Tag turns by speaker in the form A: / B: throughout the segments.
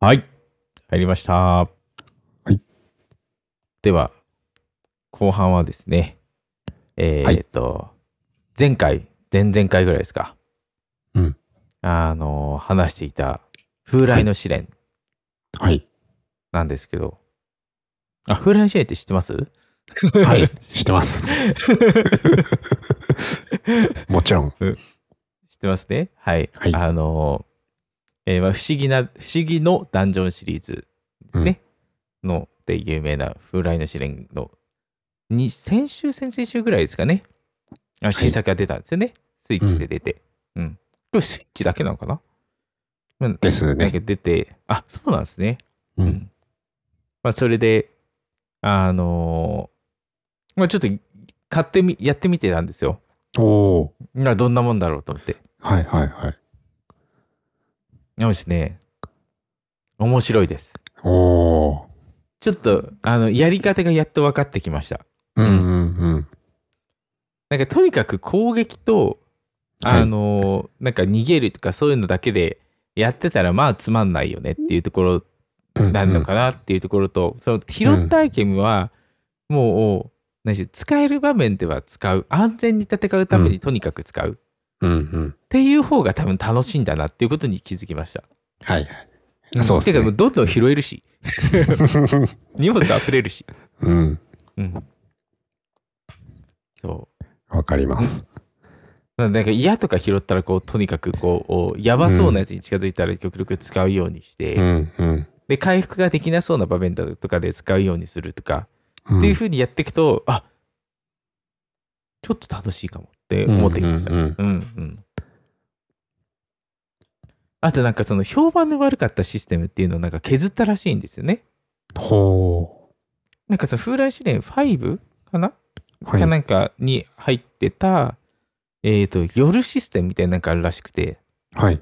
A: はい。入りました。はい。では、後半はですね、えーっと、前回、前々回ぐらいですか。
B: うん。
A: あの、話していた、風来の試練
B: はい。
A: なんですけど、あ、風来の試練って知ってます
B: はい
A: 知。
B: 知ってます。もちろん。
A: ってますね。はい。
B: はい
A: あの、えーまあ、不思議な、不思議のダンジョンシリーズですね。の、で、有名な風来の試練の、に、先週、先々週ぐらいですかね。あ新作が出たんですよね。スイッチで出て。うん。これスイッチだけなのかなうん
B: です
A: だ
B: ね。
A: け出て、あ、そうなんですね。
B: う。
A: うんんまあ、それで、あのーまあ、ちょっと、買ってみ、やってみてたんですよ。
B: おお
A: まあどんなもんだろうと思って。
B: ー。はいはいはい。
A: でもですね、面白いです。
B: おお。
A: ちょっと、あの、やり方がやっと分かってきました。
B: うんうんうん。
A: なんか、とにかく攻撃と、
B: はい
A: あのなんか逃げるとかそういうのだけでやってたら、まあ、つまんないよねっていうところ
B: うんうん
A: なの。かなっていうところと、その拾ったアイテムは、もう、何しろ使える場面では使う。安全に戦うためにとにかく使う。っ
B: うんうん。
A: ていう方が多分楽しいんだなっていうことに気づきました。
B: はいはい。そうです
A: てか、もう
B: ね。
A: どんどん拾えるし、荷物溢れるし。
B: うん。
A: うん。そう。
B: わかります。
A: まあなんか嫌とか拾ったらこうとにかくこうやばそうなやつに近づいたら極力使うようにして、
B: うんうん
A: で回復ができなそうな場面だとかで使うようにするとか、
B: うん。
A: っていう風にやっていくとあちょっと楽しいかもって思ってきました。
B: うんう
A: う
B: ん
A: んうんあとなんかその評判の悪かったシステムっていうのをなんか削ったらしいんですよね。
B: うん。ほ
A: なんかその風来試練5かな、
B: う。はい
A: か。なんかに入ってた、えっ、と、夜システムみたいなのがあるらしくて、
B: はい。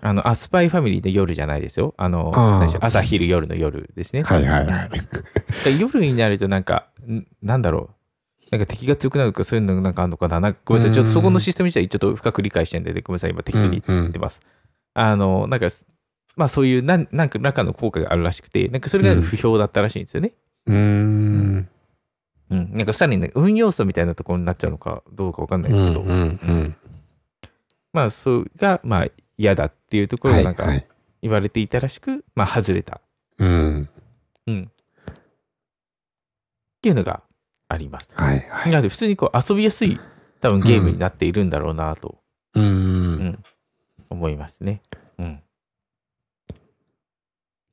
A: あの、アスパイファミリーの夜じゃないですよ。あの、
B: あー
A: 何でしょう朝、昼、夜の夜ですね。
B: はいはいは
A: だ
B: い。
A: から夜になるとなんか、んなんだろう。なんか敵が強くなるとかそういうのなんかあるのかななんかごめんなさい。ちょっとそこのシステム自体ちょっと深く理解してないんで、ごめんなさい。今適当に
B: うんう
A: 言
B: ん
A: ってます。あの、なんか、まあそういうなん、なんか中の効果があるらしくて、なんかそれが不評だったらしいんですよね。
B: うーん。
A: うん。なんかさらに、ね、運要素みたいなところになっちゃうのかどうかわかんないですけど、
B: うんうん
A: まあそれが、まあ嫌だっていうとこ
B: うん。
A: ろが
B: はい
A: なん
B: は
A: か
B: い。
A: 言われていたらしく、まあ外れた。
B: うん。
A: うん。っていうのがあります。
B: はいはい。
A: なので、普通にこう遊びやすい、多分ゲームになっているんだろうなと
B: うん
A: う
B: うんん。
A: 思いますね。うん。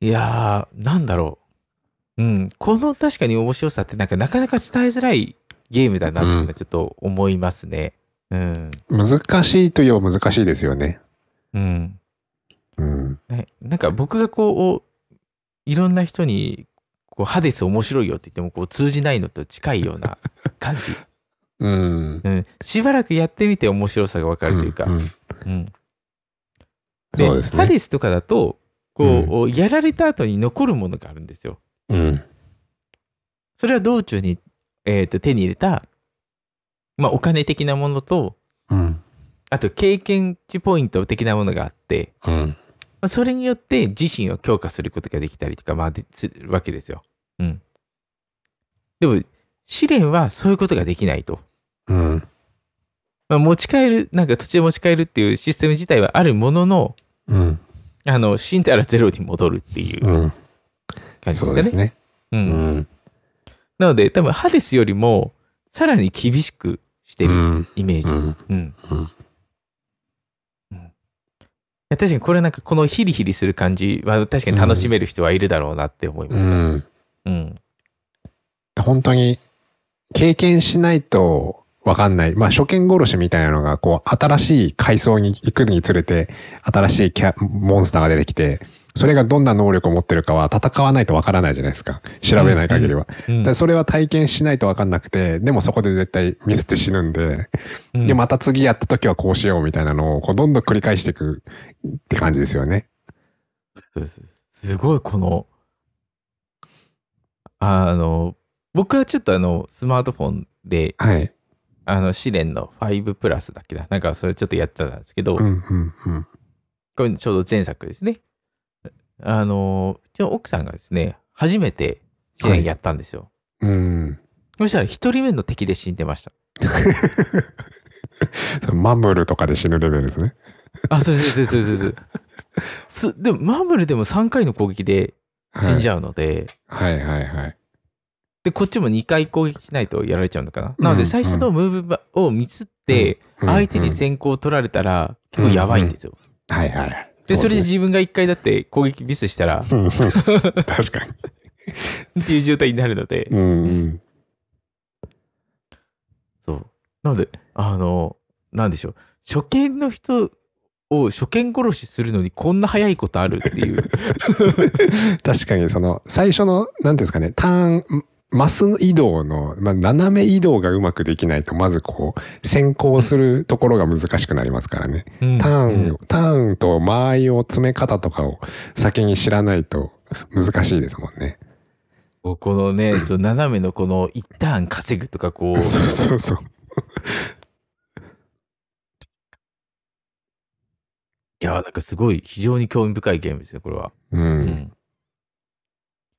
A: いやー、なんだろう。うん。この確かに面白さって、なんかなかなか伝えづらいゲームだなっていうのはちょっと思いますね。うん。
B: 難しいといえば難しいですよね。
A: うん。
B: うん。
A: ね、なんか僕がこう、いろんな人に、こうハデス面白いよって言ってもこう通じないのと近いよう な感じ
B: うん。
A: うん、しばらくやってみて面白さが分かるというか、
B: んん
A: うんで
B: そうです
A: ハ
B: ね。
A: デスとかだとこう、やられた後に残るものがあるんですよ。
B: うん。
A: それは道中に、えーと手に入れた、まあ、お金的なものと
B: うん。
A: あと経験値ポイント的なものがあって、
B: うん。
A: まあ、それによって自身を強化することができたりとか、まあ、でするわけですよ。うん、でも試練はそういうことができないと。
B: うん。
A: まあ、持ち帰るなんか途中で持ち帰るっていうシステム自体はあるものの
B: うん。
A: あの死んだらゼロに戻るっていう
B: うん。
A: 感じです
B: そ
A: か
B: う
A: ね。
B: ですね。
A: う
B: うんん。
A: なので多分ハデスよりもさらに厳しくして
B: う
A: る
B: ん。
A: イメージ。
B: う
A: うん
B: ん。うん
A: うんいや確かにこれなんかこのヒリヒリする感じは確かに楽しめる人はいるだろうなって思いま
B: う
A: した。うん
B: ん。本当に、経験しないとわかんない。まあ、初見殺しみたいなのが、こう、新しい階層に行くにつれて、新しいキャモンスターが出てきて、それがどんな能力を持ってるかは戦わないとわからないじゃないですか。調べない限りは。
A: うん
B: でそれは体験しないとわかんなくて、でもそこで絶対ミスって死ぬんで、
A: うん
B: で、また次やった時はこうしようみたいなのを、こう、どんどん繰り返していくって感じですよね。
A: そうですすごいこのあの僕はちょっとあのスマートフォンで
B: はい。
A: あの試練の5プラスだっけななんかそれちょっとやってたんですけど、
B: うん、うん、うん。
A: これちょうど前作ですね。あの、うちの奥さんがですね、初めて試練やったんですよ。
B: うん。
A: そしたら一人目の敵で死んでました。
B: それマムルとかで死ぬレベルですね。
A: あ、そうそうそうそうそうそう。 すでも、マーブルでも3回の攻撃で死んじ
B: ゃ
A: ゃうので、
B: はいはいはい。
A: で、こっちも2回攻撃しないとやられちゃうのかな。なの
B: う
A: で、
B: ん
A: 最初のムーブをミスって、相手に
B: うん
A: 先行を取られたら、結構やばいんですよ。
B: うんはいはいはい。
A: で、それで
B: う
A: 自分が1回だって攻撃ミスしたら、
B: うんうん確かに。
A: っていう状態になるので、
B: うんうん。
A: そう。なので、あの、なんでしょう。初見の人を初見殺しするのにこんな早いことあるって いう。
B: 確かにその最初の何ていうんですかねターンマス移動の、まあ、斜め移動がうまくできないとまずこう先行するところが難しくなりますからね、ターン、
A: うん
B: ターンと間合いを詰め方とかを先に知らないと難しいですもんね。
A: ここのね、その斜めのこの一旦稼ぐとかこう、
B: そうそうそう。
A: いや、なんかすごい非常に興味深いゲームですね、これは。
B: うん。
A: うん。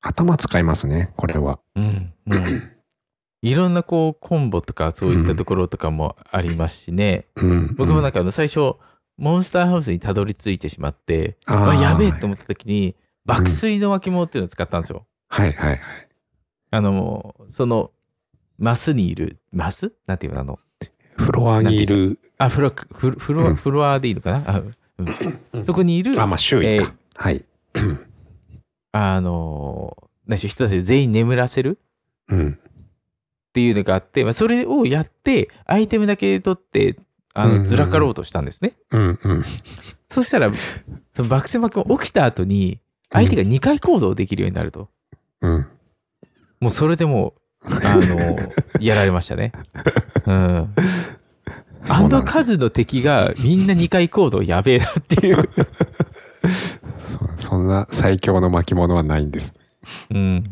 B: 頭使いますね、これは。
A: うん。うん、 いろんなこう、コンボとかそういったところとかもありますしね。
B: うん。
A: 僕もなん
B: か、
A: かあの、最初、モンスターハウスにたどり着いてしまって、
B: あ
A: あ、
B: ー
A: やべえと思った時に、爆睡の巻物っていうのを使ったんですよ。
B: はいはいはい。
A: あの、もうその、マスにいる、マスなんていうのあの、
B: フロアにいる、
A: あ、フロ、フロ、フロ
B: う
A: ア、
B: ん
A: フロアでいいのかなあうんそこにいる、
B: あ、まあ周囲か。はい。
A: あのー、何でしょう、人たちを全員眠らせる
B: うん。
A: っていうのがあって、まあ、それをやって、アイテムだけ取って、あ
B: うんうんう
A: の、
B: ん
A: ずらかろうとしたんですね。
B: うんうん。
A: そうしたら、その爆戦幕が起きた後に、相手が2回行動できるようになると。
B: うん。
A: もうそれでもう、あの ーやられましたね。うん。あ
B: そうなん
A: の
B: ですよ
A: 数の敵がみんな2回行動やべえなっていう。
B: そそんな最強の巻物はないんです。
A: うん。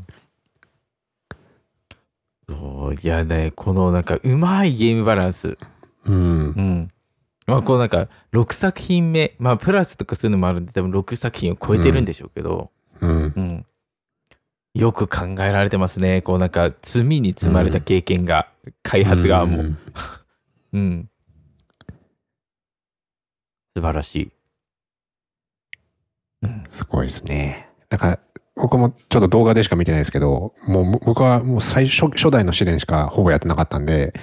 A: そういやね、このなんかうまいゲームバランス。
B: うん
A: う。ん。まあこうなんか6作品目、まあプラスとかそういうのもあるんで多分6作品を超えてるんでしょうけど、
B: うん。
A: うん。よく考えられてますね。こうなんか積みに積まれた経験が、開発側も。
B: ん
A: うん。素晴らしい。うん。
B: すごいですね。だから、僕もちょっと動画でしか見てないですけど、もうむ僕はもう最初、初代の試練しかほぼやってなかったんで、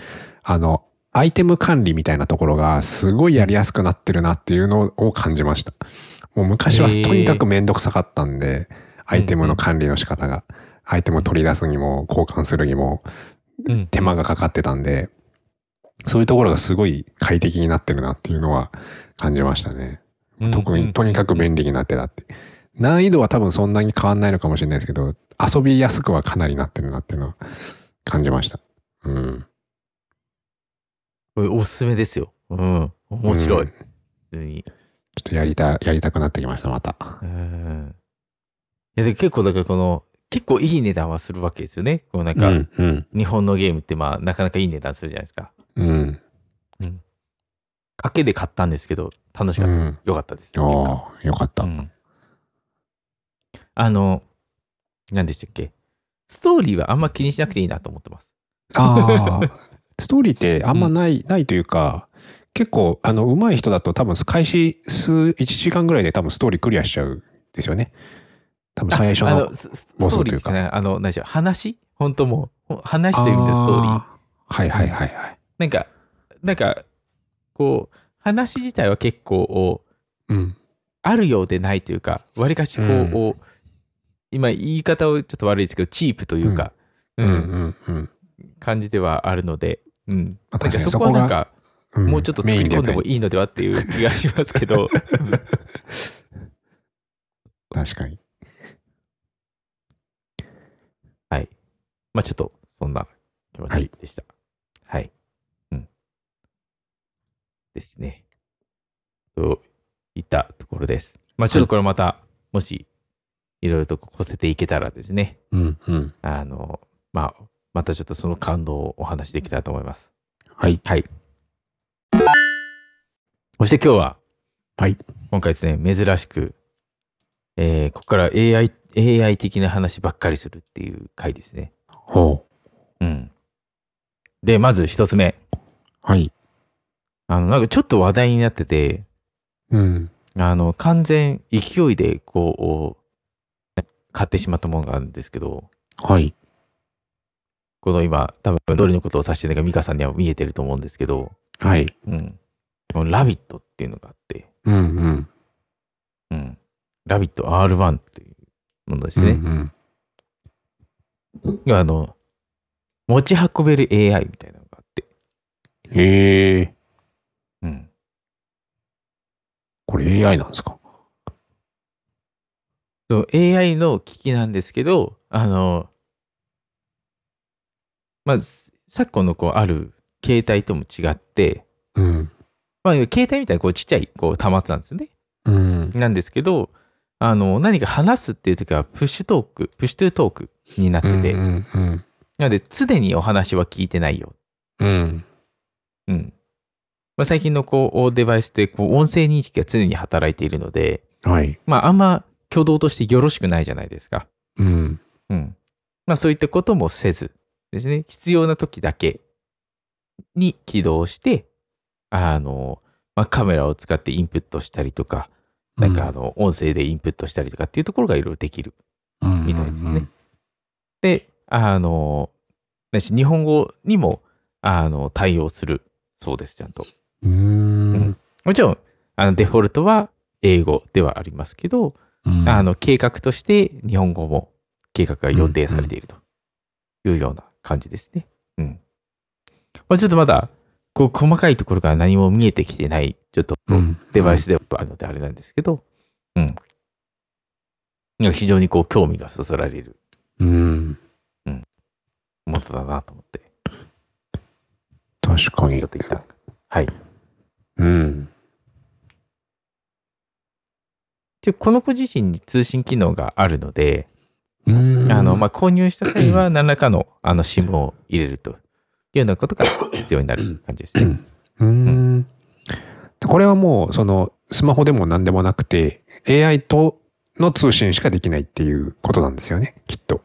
B: あの、アイテム管理みたいなところがすごいやりやすくなってるなっていうのを感じました。もう昔は
A: へー
B: とにかくめんどくさかったんで、アイテムの管理の仕方が、アイテムを取り出すにも交換するにも
A: うん
B: 手間がかかってたんで、そういうところがすごい快適になってるなっていうのは感じましたね。特にとにかく便利になってたって。難易度は多分そんなに変わんないのかもしれないですけど、遊びやすくはかなりなってるなっていうのは感じました。うん。
A: これおすすめですよ。うん。面白い。
B: うん
A: 普
B: ちょ
A: 通に。
B: っとやりた、やりたくなってきました、また。
A: うん。いや、で結構、だからこの、結構いい値段はするわけですよね。こうなん
B: う
A: か、
B: ん、うん、
A: 日本のゲームって、まあ、なかなかいい値段するじゃないですか。
B: うん。
A: 賭けで買ったんですけど、楽しかったです。よかったです。
B: お
A: 結果
B: ーよかった
A: う。んあの、何でしたっけストーリーはあんま気にしなくていいなと思ってます。
B: ああ、ストー リーってあんまない、ないというか、結構、あの、上手い人だと多分開始数、1時間ぐらいで多分ストーリークリアしちゃうんですよね。多分最初
A: あ
B: の
A: の、。スススト
B: 妄想
A: ーリ
B: と
A: ーっ
B: いう
A: て
B: か
A: かなあの、何でしょう、話本当もう、ほ話という意味でストーリー。
B: あーはいはいはいはい。
A: なんか、なんか、こう、話自体は結構、
B: うん。
A: あるようでないというか、わりかしこう、
B: うん
A: お今言い方をちょっと悪いですけど、チープというか、
B: う
A: うんん
B: うんうん。
A: 感じではあるので、うん。
B: まあ
A: なん
B: 確か
A: か
B: に
A: そこはなんか、
B: ん
A: もうちょっと作り込んでも
B: メイン
A: いいのではっていう気がしますけど、
B: ではない確かに。
A: はい。まあちょっと、そんな気持ちでした。はい。うん。ですね。といったところです。まあちょっとこれまた、もし、いろいろとこせていけたらですね、
B: うんうん。
A: あの、まあ、またちょっとその感動をお話しできたらと思います。
B: はい。
A: はい。そして今日は、
B: はい。
A: 今回ですね、珍しく、えーここから AI, AI 的な話ばっかりするっていう回ですね。
B: ほう。
A: うん。で、まず一つ目。
B: はい。
A: あの、なんかちょっと話題になってて、
B: うん。
A: あの、完全勢いで、こう、買ってしまったものがあるんですけど、
B: はい。
A: この今、多分どれのことを指してるのか、美香さんには見えてると思うんですけど、
B: はい。
A: うん。このラビットっていうのがあって、
B: うんうん。
A: うん。ラビット R1 っていうものです
B: うんう
A: ね。
B: ん。
A: あの、持ち運べる AI みたいなのがあって、
B: へえ。
A: うん。
B: これ AI なんですか
A: その AI の機器なんですけど、あの、まあ、昨今のこうある携帯とも違って、
B: うん。
A: まあ、携帯みたいなこうちっちゃいこう端末なんですよね。
B: うん。
A: なんですけど、あの、何か話すっていう時はプッシュトーク、プッシュトゥートークになっ
B: う
A: て
B: ん
A: て、
B: うんうん。
A: なので常にお話は聞いてないよ。
B: うん。
A: うん。まあ、最近のこうデバイスってこう音声認識が常に働いているので、
B: はい。
A: まあ、あんま挙動としてよろしくないじゃないですか。
B: うん。
A: うん。まあそういったこともせずですね、必要な時だけに起動して、あの、まあ、カメラを使ってインプットしたりとか、なんかあの、音声でインプットしたりとかっていうところがいろいろできる
B: うん、
A: みたいです
B: うんう
A: ね
B: ん。
A: で、あの、だし日本語にも、あの、対応するそうです、ちゃんと。
B: うーん。
A: もちろん、あの、デフォルトは英語ではありますけど、
B: うん
A: あの計画として日本語も計画が予定されているというような感じですね。うん。まあ、ちょっとまだ、こう、細かいところから何も見えてきてない、ちょっと
B: うん
A: デバイスではあるのであれなんですけど、うん。いや非常にこう、興味がそそられる
B: うん。
A: ものだなと思って、
B: 確か
A: ち
B: に
A: ょっ。と一旦。はい。
B: うん。
A: で、この子自身に通信機能があるので、
B: うん
A: あの、まあ、購入した際は何らかの、あの、SIM を入れるというようなことが必要になる感じですね。
B: うーん。これはもう、その、スマホでも何でもなくて、AI との通信しかできないっていうことなんですよね、きっと。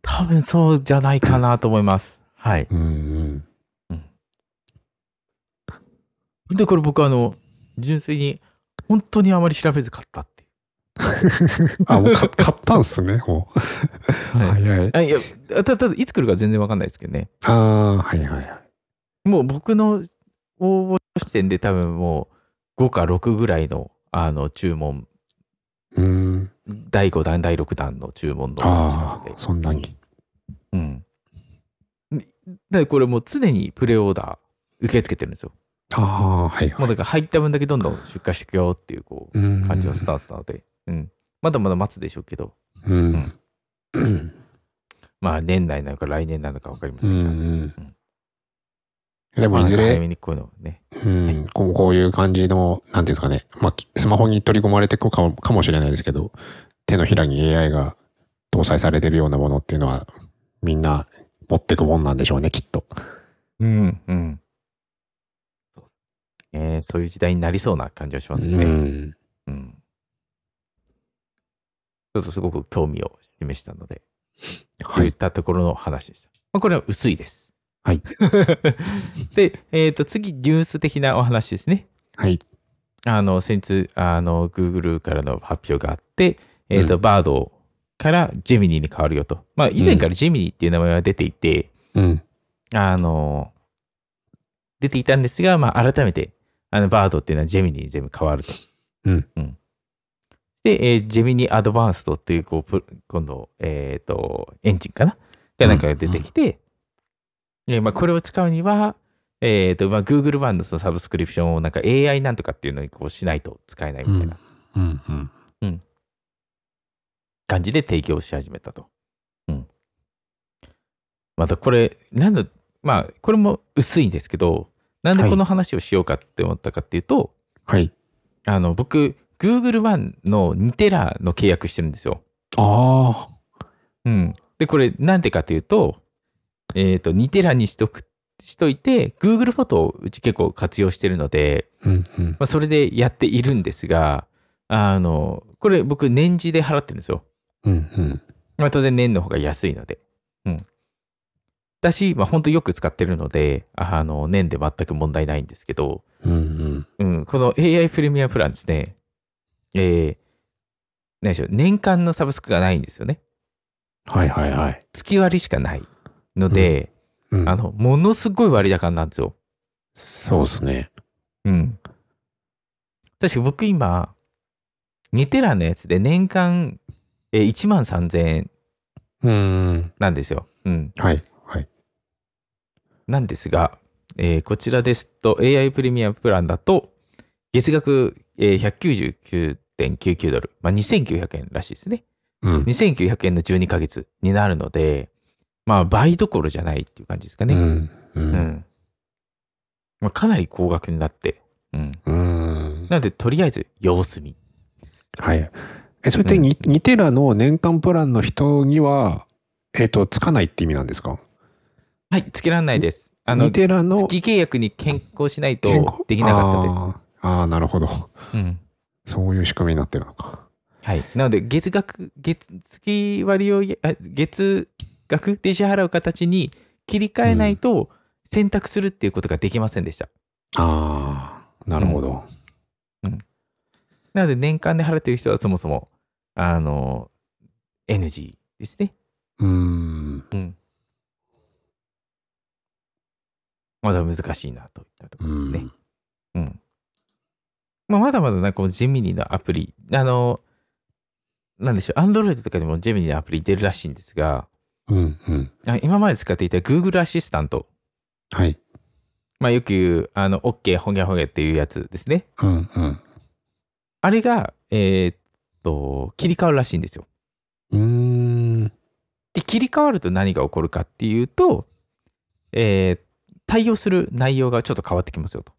A: 多分そうじゃないかなと思います。はい。
B: うーん。
A: で、これ僕あの、純粋に、本当にあまり調べず買ったってい
B: あ、もうか買ったんすね、もう。
A: う。はい。
B: 早い。
A: あいや、たただ、いつ来るか全然わかんないですけどね。
B: ああ、はいはいはい。
A: もう僕の応募視点で多分もう、5か6ぐらいの、あの、注文、
B: うーん。
A: 第5弾、第6弾の注文の感じな
B: あ
A: の
B: あ
A: で、。
B: そんなに。
A: うん。でで、これもう常にプレオーダー受け付けてるんですよ。
B: ああ、はい
A: も
B: は
A: う
B: い。
A: だから入った分だけどんどん出荷していくよっていう、こう、
B: うん
A: 感じのスタンスなので、うん。まだまだ待つでしょうけど、
B: うん。うん。
A: まあ年内なのか来年なのか分かりませ
B: うん
A: が、
B: ん
A: うん。
B: でも、
A: まあ
B: いず
A: なんか
B: れ
A: 早、めにこういうのをね。
B: うん、こうこういう感じの、なんていうんですかね、まあ、きスマホに取り込まれていくかもかもしれないですけど、手のひらに AI が搭載されてるようなものっていうのは、みんな持ってくもんなんでしょうね、きっと。
A: うん、うん。えーそういう時代になりそうな感じがしますよ
B: う
A: ね。
B: ん。
A: うん。ちょっとすごく興味を示したので、
B: は
A: 言っ
B: い。
A: たところの話でした。まあ、これは薄い です。
B: はい。
A: で、えっ、と、次、ニュース的なお話ですね。
B: はい。
A: あの、先日、あの、Google からの発表があって、えっ、と、バードからジェミニに変わるよと。まあ、以前からジェミニっていう名前は出ていて、
B: うん。
A: あの、出ていたんですが、まあ、改めて、あの、バードっていうのはジェミニに全部変わると。
B: うん。
A: で、えージェミニアドバンストっていう、こうプ、今度、えっ、と、エンジンかながなんかが出てきて、でまあ、これを使うには、えっ、と、まあ、Google 版のそのサブスクリプションをなんか AI なんとかっていうのにこうしないと使えないみたいな。
B: うん。うん。
A: 感じで提供し始めたと。うん。またこれ、なんで、まあ、これも薄いんですけど、なんでこの話をしようかって思ったかっていうと、
B: はい。
A: あの、僕、Google One の2テラの契約してるんですよ。
B: あ
A: うん。で、これ、なんでかというと、えっ、と、2テラにしとく、しといて、Google フォトをうち結構活用してるので、
B: あ。うん。うん。
A: まあ、それでやっているんですが、あの、これ僕年次で払ってるんですよ。
B: うんうん。
A: まあ、当然年の方が安いので。うん。だし、まあ、本当よく使ってるので、あの、年で全く問題ないんですけど、
B: うんうん。
A: うん、この AI プレミアプランですね、えー、何でしょう、年間のサブスクがないんですよね。
B: はいはいはい。
A: 月割りしかないので、
B: うん、
A: あの、ものすごい割高なんですよ。
B: そうですね。
A: うん。確か僕今、2テラのやつで年間、えー、1万3000円
B: うん。
A: なんですよ。うん。
B: はいはい。
A: なんですが、えーこちらですと AI プレミアムプランだと月額、えー199.99ドル、まあ、2900円らしいですね。
B: うん。
A: 2900円の12ヶ月になるので、まあ倍どころじゃないっていう感じですか
B: う
A: ね。
B: ん。う。
A: うんまあ、かなり高額になって。うん。
B: うん。
A: なので、とりあえず様子見。
B: はい。え、それってに 2, テラの年間プランの人には、えっ、と、つかないって意味なんですか
A: はい、つけられないです。あの、
B: 2
A: 月
B: テラの
A: 契約に変更しない
B: 変更
A: とできなかったです。
B: あーあー、なるほど。
A: うん。
B: そういう仕組みになってるのか。
A: はい。なので、月額、月、月割をや、あ月額で支払う形に切り替えないと選択するっていうことができませんでした。
B: ああ、なるほど。
A: なので、年間で払ってる人はそもそも、あの、NG ですね。
B: うーん。
A: うん。まだ難しいなといったとこ
B: う
A: ろ
B: ん
A: ねうん。まあ、まだまだなんかこうジェミニのアプリ、あの、なんでしょう、Android とかでもジェミニのアプリ出るらしいんですが、
B: うんうん。
A: あ今まで使っていた Google アシスタント、
B: はい。
A: まあ、よく言う、あの、OK、ほにゃほにゃっていうやつですね。
B: うんうん。
A: あれが、えーっと、切り替わるらしいんですよ。
B: うーん。
A: で、切り替わると何が起こるかっていうと、えー対応する内容がちょっと変わってきますよと。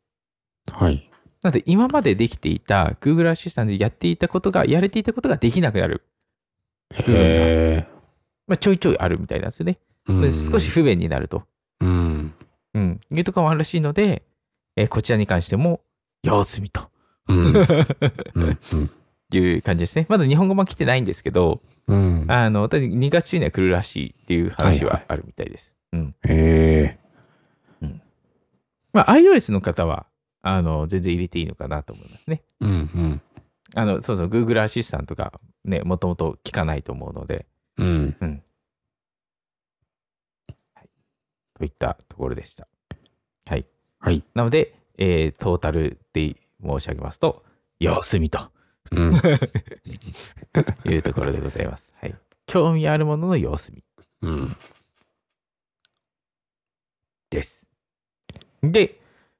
B: はい。
A: なので、今までできていた Google アシスタントでやっていたことが、やれていたことができなくなる。
B: へ
A: まあ、ちょいちょいあるみたいなんですよね。
B: え
A: で少し。不便になると。
B: うん。
A: うん。いうとかもあるらしいので、えーこちらに関しても、様子見と
B: うん。うん。
A: いう感じですね。まだ日本語版来てないんですけど、
B: う ん。
A: あの、ただ2月中には来るらしいっていう話
B: は
A: は
B: いはい
A: あるみたいです。うん。
B: へえ。
A: まあ、iOS の方は、あの、全然入れていいのかなと思いますね。
B: うんうん。
A: あの、そうそう、Google アシスタントがね、もともと効かないと思うので、
B: うん。
A: といったところでした。はい。
B: はい。
A: なので、えートータルで申し上げますと、様子見と
B: うん。
A: いうところでございます。はい。興味あるものの様子見
B: うん。
A: です。で、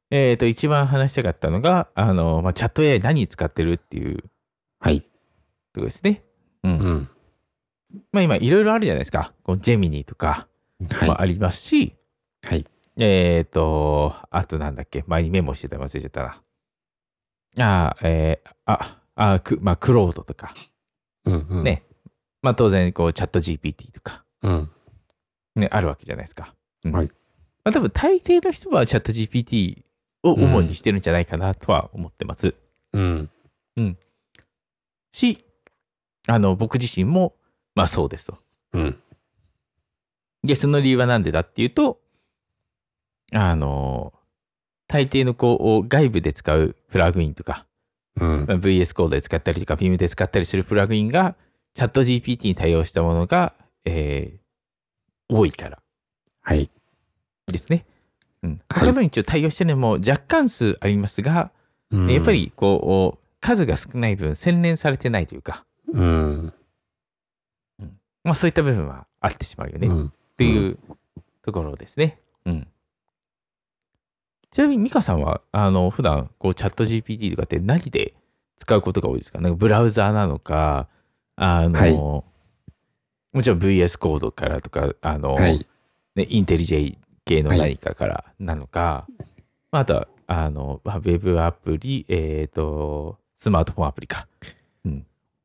A: えっ、と、一番話したかったのが、あの、まあ、チャット AI 何使ってるっていう
B: はい。
A: ところですね。うん
B: うん。
A: まあ今いろいろあるじゃないですか。こうジェミニとか
B: はい。
A: もありますし、
B: はい。
A: えっ、と、あとなんだっけ、前にメモしてたの忘れちゃったな。あーえーあ、あ、くまあ、クロードとか、
B: うんうん。
A: ねまあ当然こうチャット GPT とか、
B: うん。
A: ね、あるわけじゃないですか。うん
B: はい
A: まあ多分大抵の人はチャット GPT を主にしてるんじゃないかなとは思ってます。
B: うん。
A: し、あの、僕自身も、まあそうですと。
B: うん。
A: で、その理由は何でだっていうと、あの、大抵のこう、外部で使うプラグインとか、
B: うん
A: ま。あ VS コードで使ったりとか、Vim で使ったりするプラグインが、チャット GPT に対応したものが、えー多いから
B: はい。
A: ですね。うん。
B: はい
A: 他のに一応対応してるのも若干数ありますが、
B: うん
A: やっぱ。りこう、数が少ない分、洗練されてないというか、
B: うん。
A: まあそういった部分はあってしまうよね。
B: うん。
A: っていうところですね。うん。ちなみに、ミカさんは、あの、普段、こう、チャット GPT とかって何で使うことが多いですかなんかブラウザーなのか、あの、
B: はい
A: もちろん VS コードからとか、あの、
B: はい。
A: ね、インテリジェイ系の
B: はい
A: 何かからなのか、まああとは、あの、まあウェブアプリ、えっ、と、スマートフォンアプリか。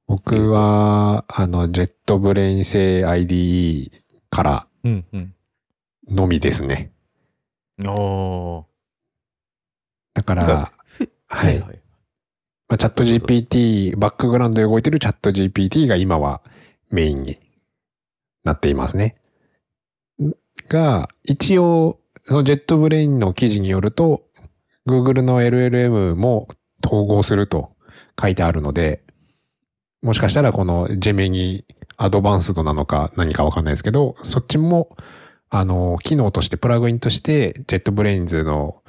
B: 僕は、あの、ジェットブレイン製 IDE から
A: うんうん。
B: のみですね。
A: おー
B: だか、
A: なんからふ
B: はい。
A: はい。
B: まあ、チャット GPT、バックグラウンドで動いてるチャット GPT が今はメインになっていますね。が、一応、そのジェットブレインの記事によると、Google の LLM も統合すると書いてあるので、もしかしたらこのジェミニアドバンスドなのか何かわかんないですけど、そっちも、あの、機能として、プラグインとして、ジェットブレインズの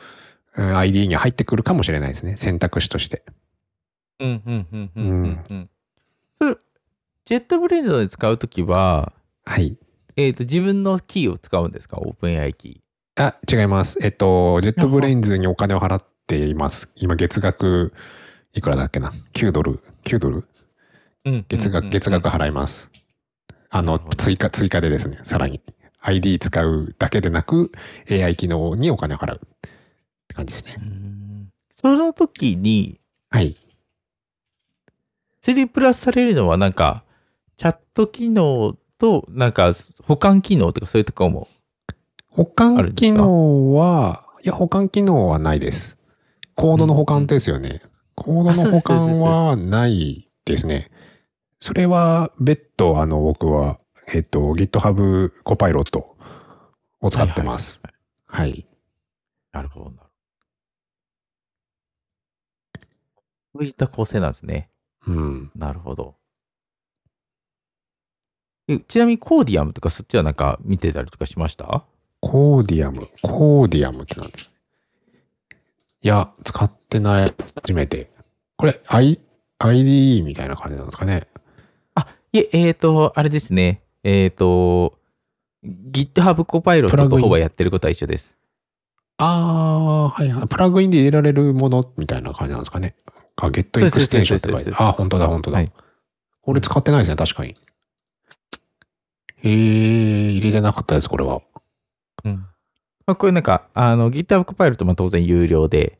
B: うん ID に入ってくるかもしれないですね。選択肢として。
A: うんうんうんうんうんうん。それ、ジェットブレインドで使うときは、
B: はい。
A: えっ、と、自分のキーを使うんですかオープン AI キ
B: あ、違います。えっと、ジェットブレインズにお金を払っています。今、月額、いくらだっけな ?9 ドル。9ドル
A: ー。うん
B: 月額、月額払います。あ
A: な
B: の
A: るほど、
B: 追加、追加でですね、さらに。ID 使うだけでなく、AI 機能にお金を払う。って感じです
A: う
B: ね。
A: んその時に、
B: はい。
A: 釣りプラスされるのは、なんか、チャット機能と、なんか、保管機能とかそういうとこも。
B: 保
A: ある
B: 管
A: んです
B: 機
A: か
B: 能は、いや、保管機能はないです。コードの保管ですよね。コード
A: あそう
B: の
A: で
B: 保
A: すそうです
B: 管はないですね。それは、別途、あの、僕は、えっと、GitHub コパイロットを使ってます。はい。
A: なるほど、なるほど。そういった構成なんですね。
B: うん。
A: なるほど。えちなみに、コーディアムとかそっちはなんか見てたりとかしました
B: コーディアム。コーディアムってなんですかいや、使ってない。初めて。これ、I、IDE みたいな感じなんですかね。
A: いえ、えっ、と、あれですね。えっ、と、GitHub コパイロッ
B: プラ
A: ト
B: グ
A: と
B: イン
A: ほぼやってることは一緒です。
B: ああ、はいはい。プラグインで入れられるものみたいな感じなんですかね。あ、ゲットエクステンションって書い
A: そうですそうです
B: て
A: そうです
B: ああ、本当だ、本当だ。
A: はい
B: これ使ってないですね、確かに。えー、入れてなかったです、これは。
A: うん。まあ、これなんか、あの、GitHub コパイロットも当然有料で、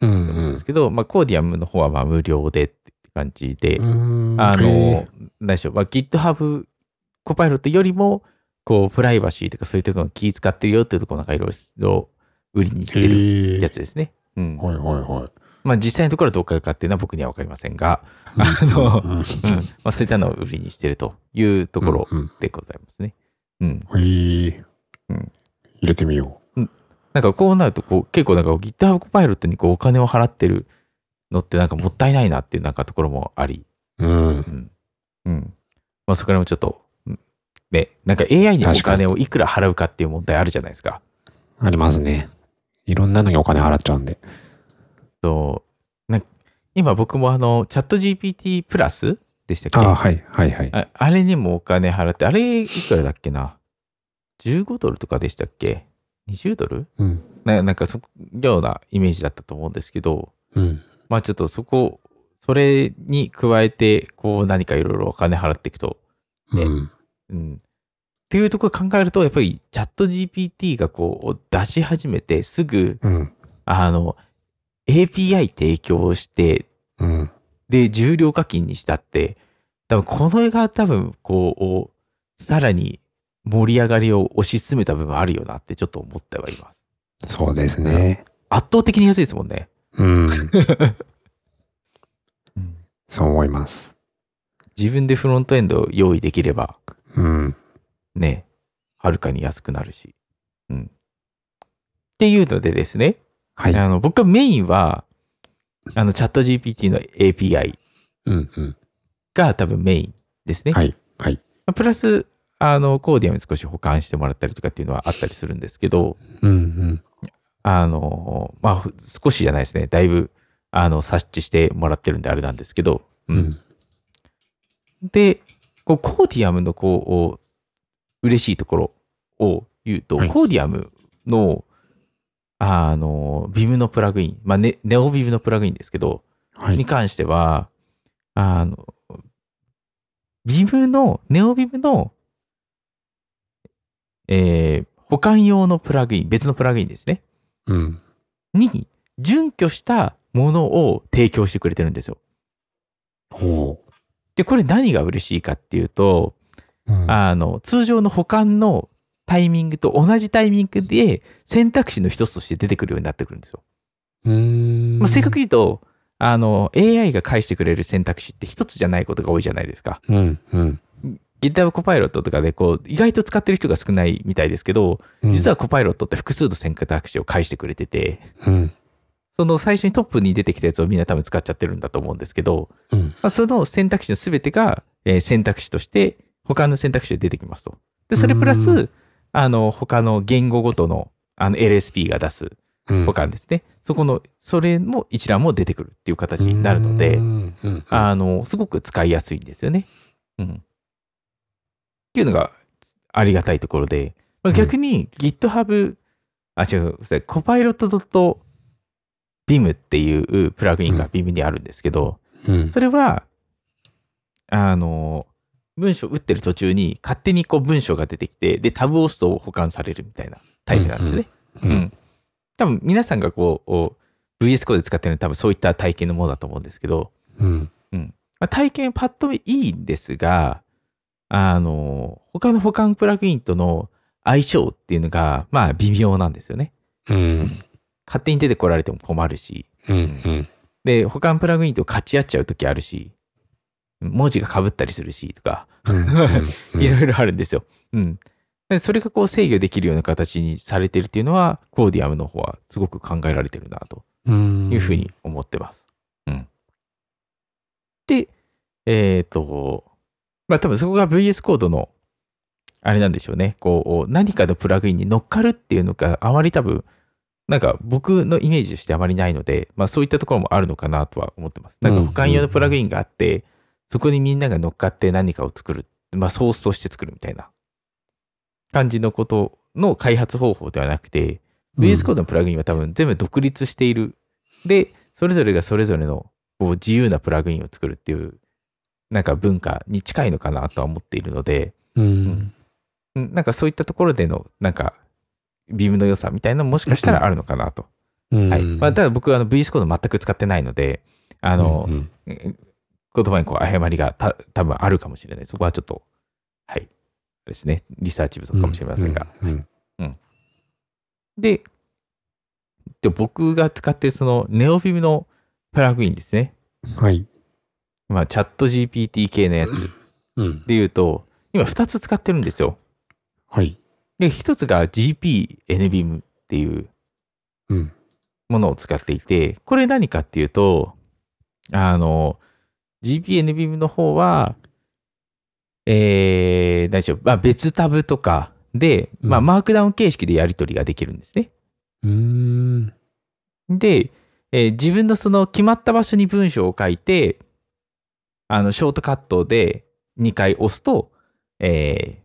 B: うん
A: なんですけど、まあ、コーディアムの方はまあ無料でって感じで、
B: うん。うーん
A: あ
B: へ
A: の、何でしょう、まあ、GitHub コパイロットよりも、こう、プライバシーとかそういうところに気使ってるよっていうところなんかいろいろ売りにし
B: ー
A: てる
B: へー
A: やつですね。うん。
B: はいはいはい。
A: まあ、実際のところはどうかかっていうのは僕にはわかりませんが、あの、
B: うん
A: うん。まあ、そういったのを売りにしてるというところ
B: うんうん
A: でございますね。うん。
B: へー
A: うん
B: 入れてみよ
A: なんかこうなると、こう、結構なんか GitHub コパイロットにこうお金を払ってるのってなんかもったいないなっていうなんかところもあり、
B: う。うん
A: う。ん。うん。まあ、そこら辺もちょっと、うんね、なんか AI にお
B: 確かに
A: 金をいくら払うかっていう問題あるじゃないですか。
B: ありますね。いろんなのにお金払っちゃうんで。
A: そうなんか今僕もあの、チャット GPT プラスでしたっけ
B: ああ、はいはいはい。
A: ああれにもお金払って、あれいくらだっけな ?15 ドルとかでしたっけ ?20 ドル
B: うん。
A: ななんかそようなイメージだったと思うんですけど、
B: うん。
A: まあちょっとそこ、それに加えて、こう何かいろいろお金払っていくと、ね
B: うん。
A: うん。っていうところを考えると、やっぱりチャット GPT がこう出し始めて、すぐ、
B: うん。
A: あの、API 提供して、
B: うん。
A: で、重量課金にしたって、多分この絵が多分、こう、さらに盛り上がりを推し進めた部分あるよなってちょっと思ってはいます。
B: そうですね。
A: 圧倒的に安いですもんね。
B: うん。そう思います。
A: 自分でフロントエンドを用意できれば、
B: うん。
A: ね、はるかに安くなるし。うん。っていうのでですね、
B: はい。
A: あの僕はメインは、あの、チャット GPT の API
B: うんうん。
A: が多分メインですね。
B: はい。はい。
A: プラス、あの、コーディアムに少し保管してもらったりとかっていうのはあったりするんですけど、
B: うんうん。
A: あの、まあ、ふ少しじゃないですね。だいぶ、あの、察知してもらってるんであれなんですけど、う
B: うん。
A: で、こう、コーディアムの、こう、嬉しいところを言うと、
B: はい
A: コーディアムの、あの、ビムのプラグイン、まあネ、ネオビムのプラグインですけど、
B: は
A: に
B: い。
A: 関しては、あの、ビムの、ネオビムの、えー保管用のプラグイン、別のプラグインですね。
B: うん。
A: に、準拠したものを提供してくれてるんですよ。
B: ほ
A: で、これ何が嬉しいかっていうと、
B: う。うん、
A: あの、通常の保管のタイミングと同じタイミングで選択肢の一つとして出てくるようになってくるんですよ。
B: うーん。
A: まあ、正確に言うと、あの、AI が返してくれる選択肢って一つじゃないことが多いじゃないですか。
B: うん、うん。
A: GitHub コパイロットとかで、こう、意外と使ってる人が少ないみたいですけど、実
B: は、
A: はコパイロットって複数の選択肢を返してくれてて、
B: うん、
A: その最初にトップに出てきたやつをみんな多分使っちゃってるんだと思うんですけど、
B: うん、
A: まあ、その選択肢のすべてが、えー選択肢として、他の選択肢で出てきますと。で、それプラ
B: う
A: ス
B: ん、
A: あの、他の言語ごとの、あの、LSP が出す
B: うん。
A: 保管ですね。そこの、それも一覧も出てくるっていう形になるの
B: う
A: で、
B: ん、うん。
A: あの、すごく使いやすいんですよね。うん。っていうのがありがたいところで、まあ、
B: うん
A: 逆に GitHub、あ、違う、それ copilot.bim っていうプラグイン
B: う
A: が
B: ん
A: Bim にあるんですけど、
B: うん、
A: それは、あの、文章打ってる途中に勝手にこう文章が出てきて、で、タブを押すと保管されるみたいなタイプなんですね。
B: うん
A: うん多分皆さんがこうお VS コードで使ってるのは多分そういった体験のものだと思うんですけど、
B: うん、
A: まあ、体験パッと見いいんですがあの他の保管プラグインとの相性っていうのがまあ微妙なんですよね
B: うん、
A: 勝手に出てこられても困るし
B: うん、うん。
A: で保管プラグインと勝ち合っちゃう時あるし文字がかぶったりするしとか
B: うん
A: いろいろあるんですよ。うん。でそれがこう制御できるような形にされてるっていうのは、コーディアムの方はすごく考えられてるなと
B: うん
A: いうふうに思ってます。うん。で、えっ、と、まあ多分そこが VS コードの、あれなんでしょうね。こう、何かのプラグインに乗っかるっていうのがあまり多分、なんか僕のイメージとしてあまりないので、まあそういったところもあるのかなとは思ってます。なんか保管用のプラグインがあって、そこにみんなが乗っかって何かを作る、まあソースとして作るみたいな感じのことの開発方法ではなくて、VS コードのプラグインは多分全部独立している。で、それぞれがそれぞれのこう自由なプラグインを作るっていう、なんか文化に近いのかなとは思っているので、
B: うん
A: うんなんかそういったところでの、なんか、ビームの良さみたいなのもしかしたらあるのかなと。
B: うん
A: はい。まあ、ただ僕、あの VS コード全く使ってないので、あの、
B: うんうん
A: 言葉にこう誤りがた多分あるかもしれない。そこはちょっと、はい。ですね。リサーチ不足かもしれませんが。。
B: うん
A: で、で僕が使ってるそのネオフィムのプラグインですね。
B: はい。
A: まあ、チャット GPT 系のやつで
B: うん
A: 言うと、今2つ使ってるんですよ。
B: はい。
A: で、1つが GPNBIM っていう
B: うん
A: ものを使っていて、これ何かっていうと、あの、GPNBIM の方は、えー、何でしょう、まあ、別タブとかで、まあ、
B: うん
A: マークダウン形式でやり取りができるんですね。
B: うーん。
A: で、えー自分のその決まった場所に文章を書いて、あの、ショートカットで2回押すと、え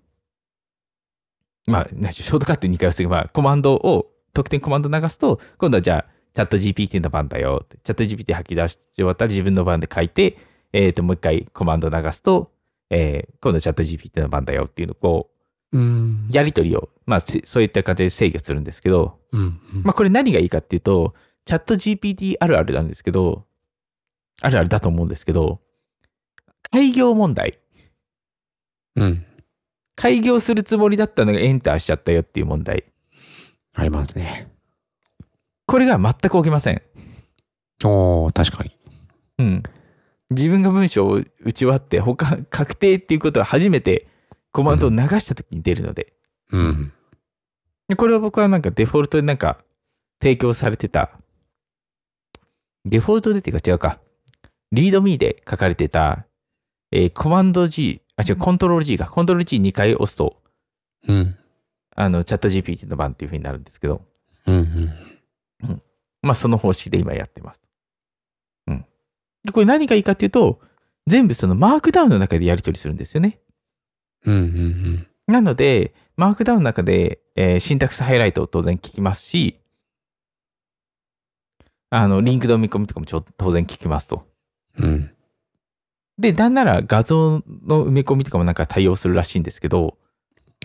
A: ーまあ、なんでしょうショートカットで2回押すというかまあ、コマンドを、特典コマンド流すと、今度はじゃあ、チャット GPT の番だよって。チャット GPT 吐き出し終わったら自分の番で書いて、えっ、と、もう一回コマンド流すと、えー今度はチャット GPT の番だよっていうのをこ
B: うん
A: う、やりとりを、まあ、せそういった感じで制御するんですけど、
B: うん。
A: まあ、これ何がいいかっていうと、チャット GPT あるあるなんですけど、あるあるだと思うんですけど、開業問題。
B: うん。
A: 開業するつもりだったのがエンターしちゃったよっていう問題。
B: ありますね。
A: これが全く起きません。
B: おお確かに。
A: うん。自分が文章を打ち終わって、他、確定っていうことは初めてコマンドを流した時に出るので。
B: うん。
A: でこれは僕はなんかデフォルトでなんか提供されてた、デフォルトでっていうか違うか、リードミーで書かれてた、えーコマンド G、あ、違う、コントロール G か、コントロール G2 回押すと、
B: うん。
A: あの、チャット GPT の番っていう風になるんですけど、
B: うん。
A: まあその方式で今やってます。うん。で、これ何がいいかっていうと、全部そのマークダウンの中でやり取りするんですよね。
B: うん。うん。
A: なので、マークダウンの中で、えーシンタクスハイライトを当然聞きますし、あの、リンクの見込みとかもちょ当然聞きますと。
B: うん。
A: で、なんなら画像の埋め込みとかもなんか対応するらしいんですけど、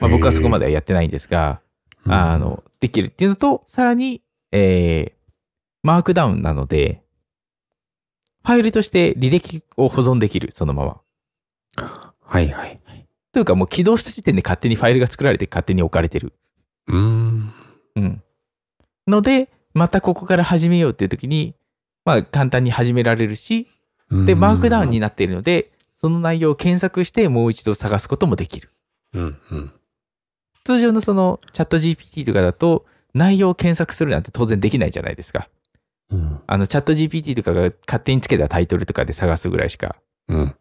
A: まあ、僕はそこまではやってないんですが、あ、の、できるっていうのと、さらに、えーマークダウンなので、ファイルとして履歴を保存できる、そのまま。
B: はいはい。
A: というかもう起動した時点で勝手にファイルが作られて勝手に置かれてる。
B: うん。
A: うん。ので、またここから始めようっていう時に、まあ、簡単に始められるし、
B: で
A: で、マークダウンに。なっているので、その内容を検索してもう一度探すこともできる。
B: うんうん。
A: 通常のそのチャット GPT とかだと、内容を検索するなんて当然できないじゃないですか。
B: うん
A: あの、チャット GPT とかが勝手につけたタイトルとかで探すぐらいしか
B: うん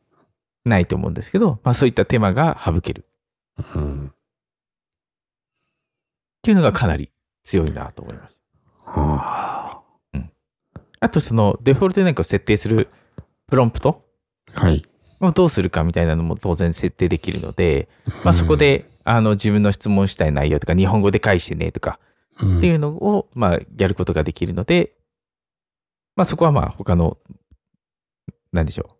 A: ないと思うんですけど、まあそういった手間が省けるっ
B: うん。
A: ていうのがかなり強いなと思います。
B: は
A: あとそのデフォルトなんかを設定するプロンプト
B: あはい。
A: をどうするかみたいなのも当然設定できるので、まあそこであの自分の質問したい内容とか日本語で返してねとか
B: うん、
A: っていうのを、まあ、やることができるので、まあ、そこはまあ、他の、なんでしょう。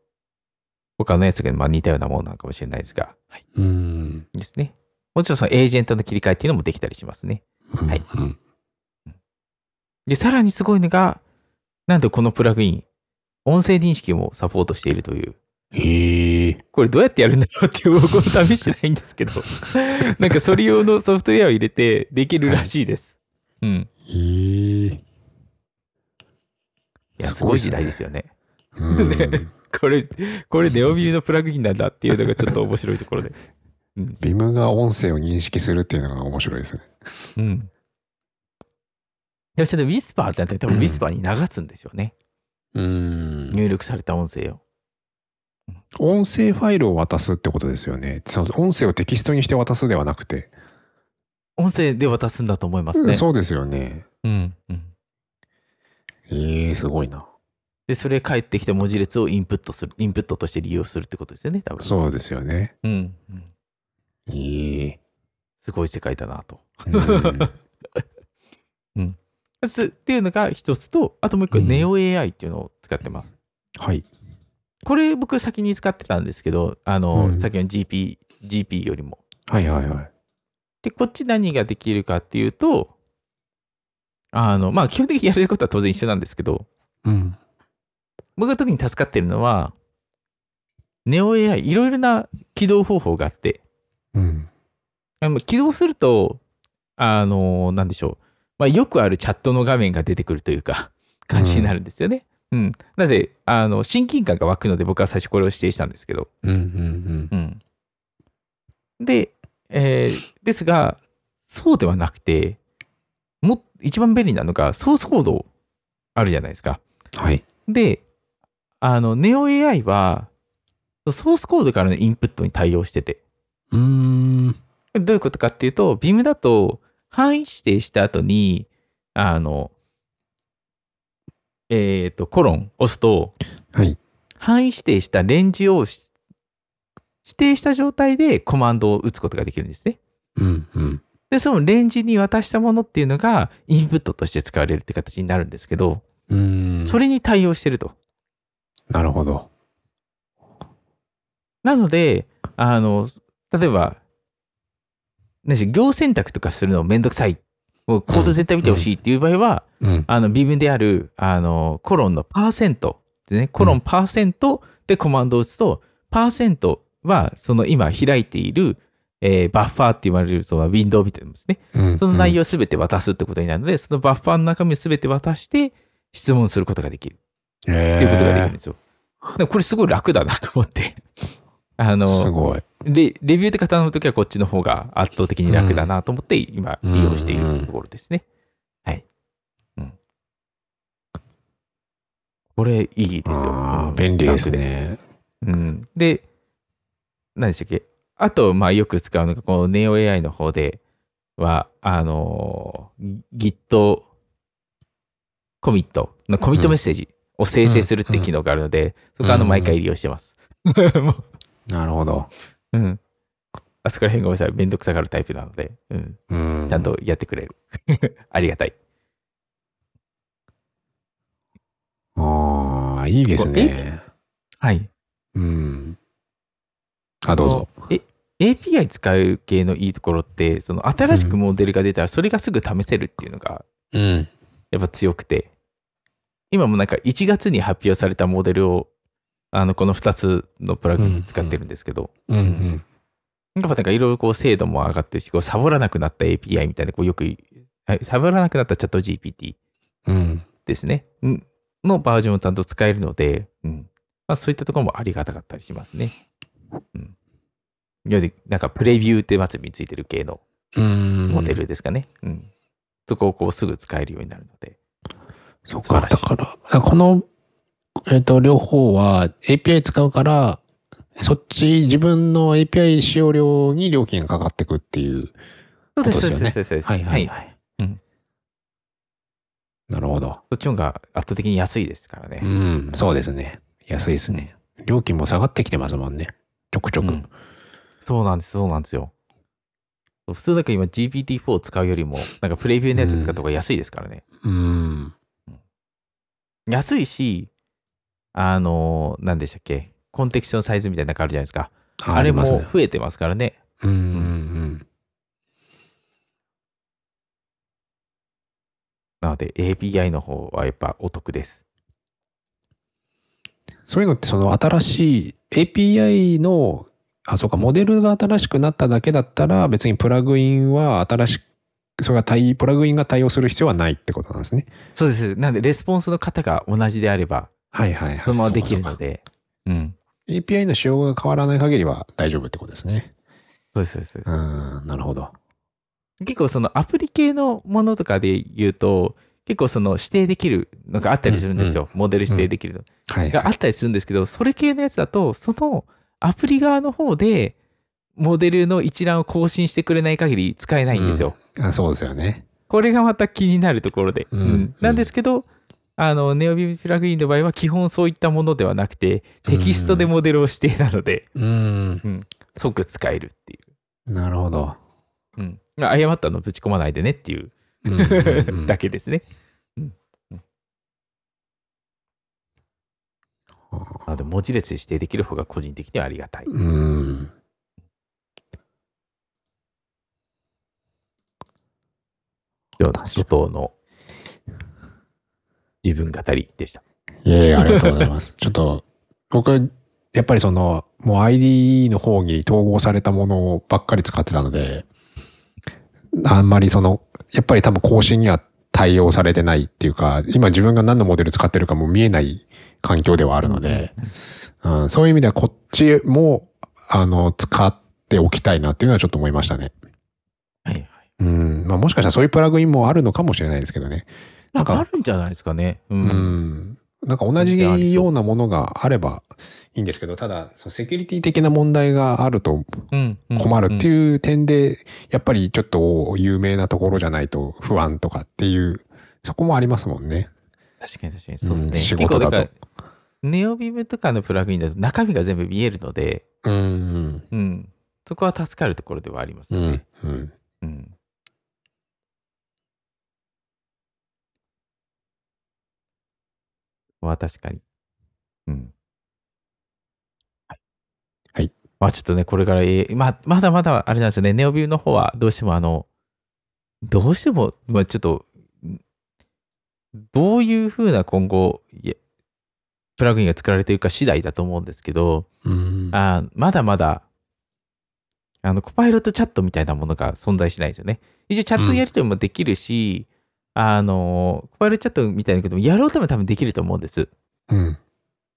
A: 他のやつがまあ似たようなものなのかもしれないですが、はい、
B: うん。
A: ですね。もちろんそのエージェントの切り替えっていうのもできたりしますね。
B: うん
A: はい。
B: うん
A: で、さらにすごいのが、なんとこのプラグイン、音声認識もサポートしているという。
B: へえ。
A: これどうやってやるんだろうっていう僕も試してないんです けど、なんかそれ用のソフトウェアを入れてできるらしいです。うん。
B: へえ。
A: いや、す
B: すご
A: ごい
B: いっ
A: 時
B: すね
A: 代ですよね。
B: う ん
A: ねこれ、これネオビルのプラグインなんだっていうのがちょっと面白いところで。
B: ビムが音声を認識するっていうのが面白いですね。
A: うん。でもちょっとウィスパーってなって、多分ウィスパーに流すんですよね。
B: うん。
A: 入力された音声を。
B: 音声ファイルを渡すってことですよね。その音声をテキストにして渡すではなくて。
A: 音声で渡すんだと思いますね。
B: そうですよね。
A: うん。うん。
B: ええ、すごいな。
A: で、それ返ってきた文字列をインプットする、インプットとして利用するってことですよね、多分。
B: そうですよね。
A: うん。うん。
B: ええ。
A: すごい世界だなと。
B: うん
A: すっていうのが一つと、あともう一個、
B: うん
A: ネオ AI っていうのを使ってます。
B: はい。
A: これ僕先に使ってたんですけど、あの、
B: うん
A: さっきの GP、GP よりも。
B: はいはいはい。
A: で、こっち何ができるかっていうと、あの、まあ、基本的にやれることは当然一緒なんですけど、
B: うん。
A: 僕が特に助かってるのは、ネオ AI、いろいろな起動方法があって、
B: うん。
A: あの起動すると、あの、なんでしょう、まあ、よくあるチャットの画面が出てくるというか、感じになるんですよね。うん。なので、あの、親近感が湧くので、僕は最初これを指定したんですけど、
B: うんうん
A: うん。で、えーですが、そうではなくて、も、一番便利なのが、ソースコードあるじゃないですか。
B: うん。はい。
A: で、あの、NeoAI は、ソースコードからのインプットに対応してて、
B: うーん。
A: どういうことかっていうと、Vim だと、範囲指定した後に、あの、えっ、と、コロン押すと、
B: はい。
A: 範囲指定したレンジをし指定した状態でコマンドを打つことができるんですね。
B: うんうん。
A: で、そのレンジに渡したものっていうのがインプットとして使われるって形になるんですけど、
B: うーん。
A: それに対応してると。
B: なるほど。
A: なので、あの、例えば、何でしょう、行選択とかするのめんどくさい。もうコード全体見てほしいっていう場合は、
B: うん。
A: あの、微分である、あの、コロンのパーセントですね。コロンパーセントでコマンドを打つと、パーセントは、その今開いている、えーバッファーって言われる、そのウィンドウみたいなのですね。
B: うん
A: その内容すべて渡すってことになるので、そのバッファーの中身すべて渡して、質問することができる
B: うん
A: っていうことができるん
B: へ
A: ですよ。でもこれすごい楽だなと思って。あの
B: ー、すごい。
A: レレビューとか頼むときはこっちの方が圧倒的に楽だなと思って今利用しているところですね。はい。うん。これいいですよ。
B: あ
A: う
B: ー
A: ん
B: 便利です。ね。
A: 楽でうん。で、何でしたっけあと、まあよく使うのが、この NeoAI の方では、あのー、Git コミットのコミットメッセージを生成するっていう機能があるので、そこはあの毎回利用してます。もう
B: なるほど。
A: うん。あそこら辺がごめんなさい、めんどくさがるタイプなので、うん、
B: うん
A: ちゃん。とやってくれる。 ありがたい。
B: ああ、いいですね。
A: はい。
B: うん。あ、どうぞ。
A: API 使う系のいいところって、その新しくモデルが出たら、それがすぐ試せるっていうのが、
B: うん。
A: やっぱ強くて、今もなんか1月に発表されたモデルを、あの、この2つのプラグインで使ってるんですけど、
B: うんうん。
A: やっぱなんかいろいろこう精度も上がってるし、こうサボらなくなった API みたいな、こうよく、はいサボらなくなったチャット GPT
B: うん。
A: ですね。んのバージョンをちゃんと使えるので、うんまあ、そういったところもありがたかったりしますね。うん。より、なんかプレビューって祭りについてる系の
B: うん
A: モデルですかね。うん。そこをこうすぐ使えるようになるので。
B: そっ
A: 素晴
B: か、
A: らし
B: だ
A: い
B: から、
C: あこの、えっ、と、両方は API 使うから、そっち自分の API 使用量に料金がかかってくっていう。
A: そう
C: ですそうです
A: そうです。
C: はいはい
A: はい。
C: はい。
A: うん
C: なるほど。
A: そっちの方が圧倒的に安いですからね。
C: うん、そうですね。安いですね。料金も下がってきてますもんね。ちょくちょく。
A: うんそうなんです、そうなんですよ。普通だから今 GPT-4 を使うよりも、なんかプレビューのやつ使った方が安いですからね。
C: うん。
A: 安いし、あのー、何でしたっけ、コンテキストのサイズみたいなのがあるじゃないですか。あ
C: あ
A: れ
C: り
A: も
C: ますね
A: 増えてますからね。
C: うんうん
A: なので API の方はやっぱお得です。
B: そういうのってその新しい API の、あ、そうか、モデルが新しくなっただけだったら、別にプラグインは新しく、それが対、プラグインが対応する必要はないってことなんですね。
A: そうです。なので、レスポンスの方が同じであれば、
B: はいはいはい。
A: そのままできる
B: そう
A: の
B: か
A: で。うん。
B: そうか API の仕様が変わらない限りは大丈夫ってことですね。
A: そうです、そうですそうです
B: う。ん、なるほど。
A: 結構そのアプリ系のものとかで言うと、結構その指定できるのがあったりするんですよ。モデル指定できるの
B: はい、
A: が
B: は
A: あ
B: い。
A: ったりするんですけど、それ系のやつだと、そのアプリ側の方で、モデルの一覧を更新してくれない限り使えないんですよ。
B: あそうですよね。
A: これがまた気になるところで。
B: うん
A: うんなんですけど、あの、ネオビブプラグインの場合は基本そういったものではなくて、テキストでモデルを指定なので、
B: うん、
A: 即使えるってい
B: なるほど。
A: う。うん。まあ誤ったのぶち込まないでねっていう
B: うんうんうん
A: だけですね。なので、文字列で指定できる方が個人的にはありがたい。
B: うん。
A: ような怒涛の自分語りでした。
B: いやいや、ありがとうございます。 ちょっと、僕は、やっぱりその、もう IDE の方に統合されたものばっかり使ってたので、あんまりその、やっぱり多分更新には対応されてないっていうか、今自分が何のモデル使ってるかも見えない環境ではあるので、うん、そういう意味ではこっちも、あの、使っておきたいなっていうのはちょっと思いましたね。
A: はいはい。
B: うん、まあもしかしたらそういうプラグインもあるのかもしれないですけどね。
A: な
B: なんんか
A: かあるんじゃないですかね。う。
B: うんん。なんか同じようなものがあればいいんですけど、ただ、そのセキュリティ的な問題があると
A: うん。うん
B: 困るって
A: うん。
B: いう点で、やっぱりちょっと有名なところじゃないと不安とかっていう、そこもありますもんね。
A: 確かに確かに。そうですね。
B: うん仕事だと
A: 結構からネオビムとかのプラグインだと中身が全部見えるので、
B: うん。
A: うん。そこは助かるところではあります
B: う
A: よね
B: ん。。うん。
A: うん。は確かに。うん。
B: はいはい。
A: まあちょっとね、これから、えーまあ、まだまだあれなんですよね、ネオビューの方はどうしてもあの、どうしても、まあちょっと、んどういうふうな今後、いやプラグインが作られているか次第だと思うんですけど、
B: うん。
A: あーまだまだ、あの、コパイロットチャットみたいなものが存在しないんですよね。一応、チャットやり取りもできるし、あの、コパイロットチャットみたいなこともやろうとも多分できると思うんです。
B: うん。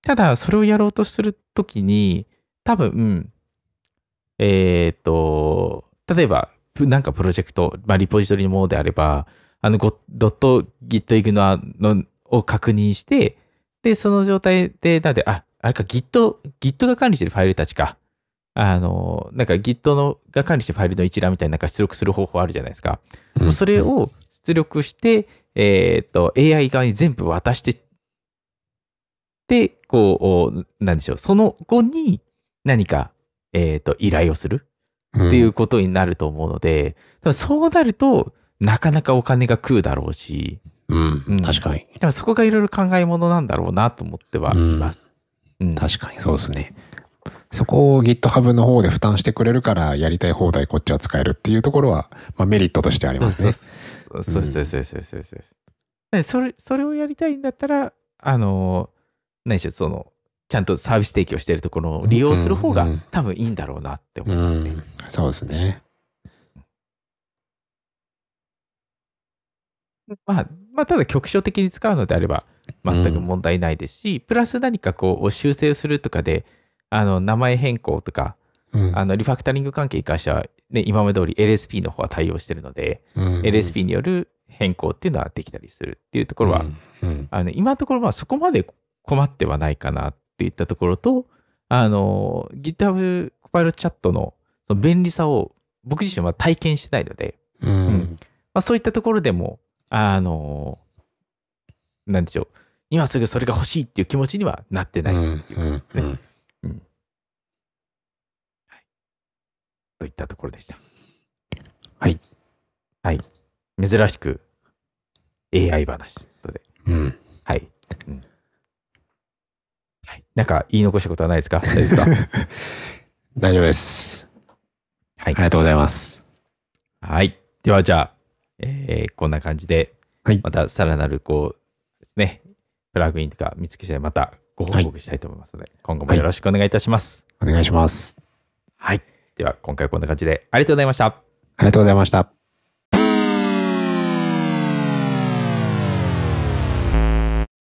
A: ただ、それをやろうとするときに、多分、うんえっ、と、例えば、ぷなんかプロジェクト、まあ、リポジトリのものであれば、あの、ごドット .git ののを確認して、で、その状態で、なんで、あ、あれか、Git、Git が管理してるファイルたちか。あの、なんか Git のが管理してるファイルの一覧みたいな、なんか出力する方法あるじゃないですか。
B: うん
A: それ、を出力して、えーっと、AI 側に全部渡して、で、こう、おなんでしょう、その後に何か、えーっと、依頼をするっていうことになると思うので、ただそうなると、なかなかお金が食うだろうし、
B: うん。
A: う
B: うんん。確かに。
A: でもそこがいろいろ考えものなんだろうなと思ってはいます。うん
B: 確かにそうですね。そこを GitHub の方で負担してくれるから、やりたい放題こっちは使えるっていうところは、まあメリットとしてありますね。
A: そうそうそうそうそうそうそうでそれそれをやりたいんだったらあの何でしょうそのちゃんとサービス提供しているところを利用する方が
B: うんうん
A: 多分いいんだろうなって思
B: う
A: いますね。
B: ん。そうですね。
A: まあまあただ局所的に使うのであれば全く問題ないですし、プラス何かこう修正するとかであの名前変更とか
B: うん
A: あのリファクタリング関係に関しては、ね、今まで通り LSP の方は対応してるので、
B: うん
A: LSP による変更っていうのはできたりするっていうところは、
B: うん
A: あの今のところまあそこまで困ってはないかなっていったところと、あの GitHub コパイロットチャットのその便利さを僕自身は体験してないので、
B: うん
A: まあ、そういったところでも、あのなんでしょう、今すぐそれが欲しいっていう気持ちにはなってないっていう感じですね。
B: うんうん
A: といったところでした。
B: はい。
A: はい。珍しく AI 話ということで。
B: うん
A: はい。うんはい、なんか言い残したことはないですか大丈夫ですか
C: 大丈夫です。
A: はい
C: ありがとうございます。
A: はい。ではじゃあ、えーこんな感じで、
B: はい
A: またさらなるこうですね、プラグインとか見つけ次第またご報告したいと思いますので、今後もよろしくお願いいたします。
B: お願いします。
A: はい。では今回はこんな感じでありがとうございました。
B: ありがとうございました。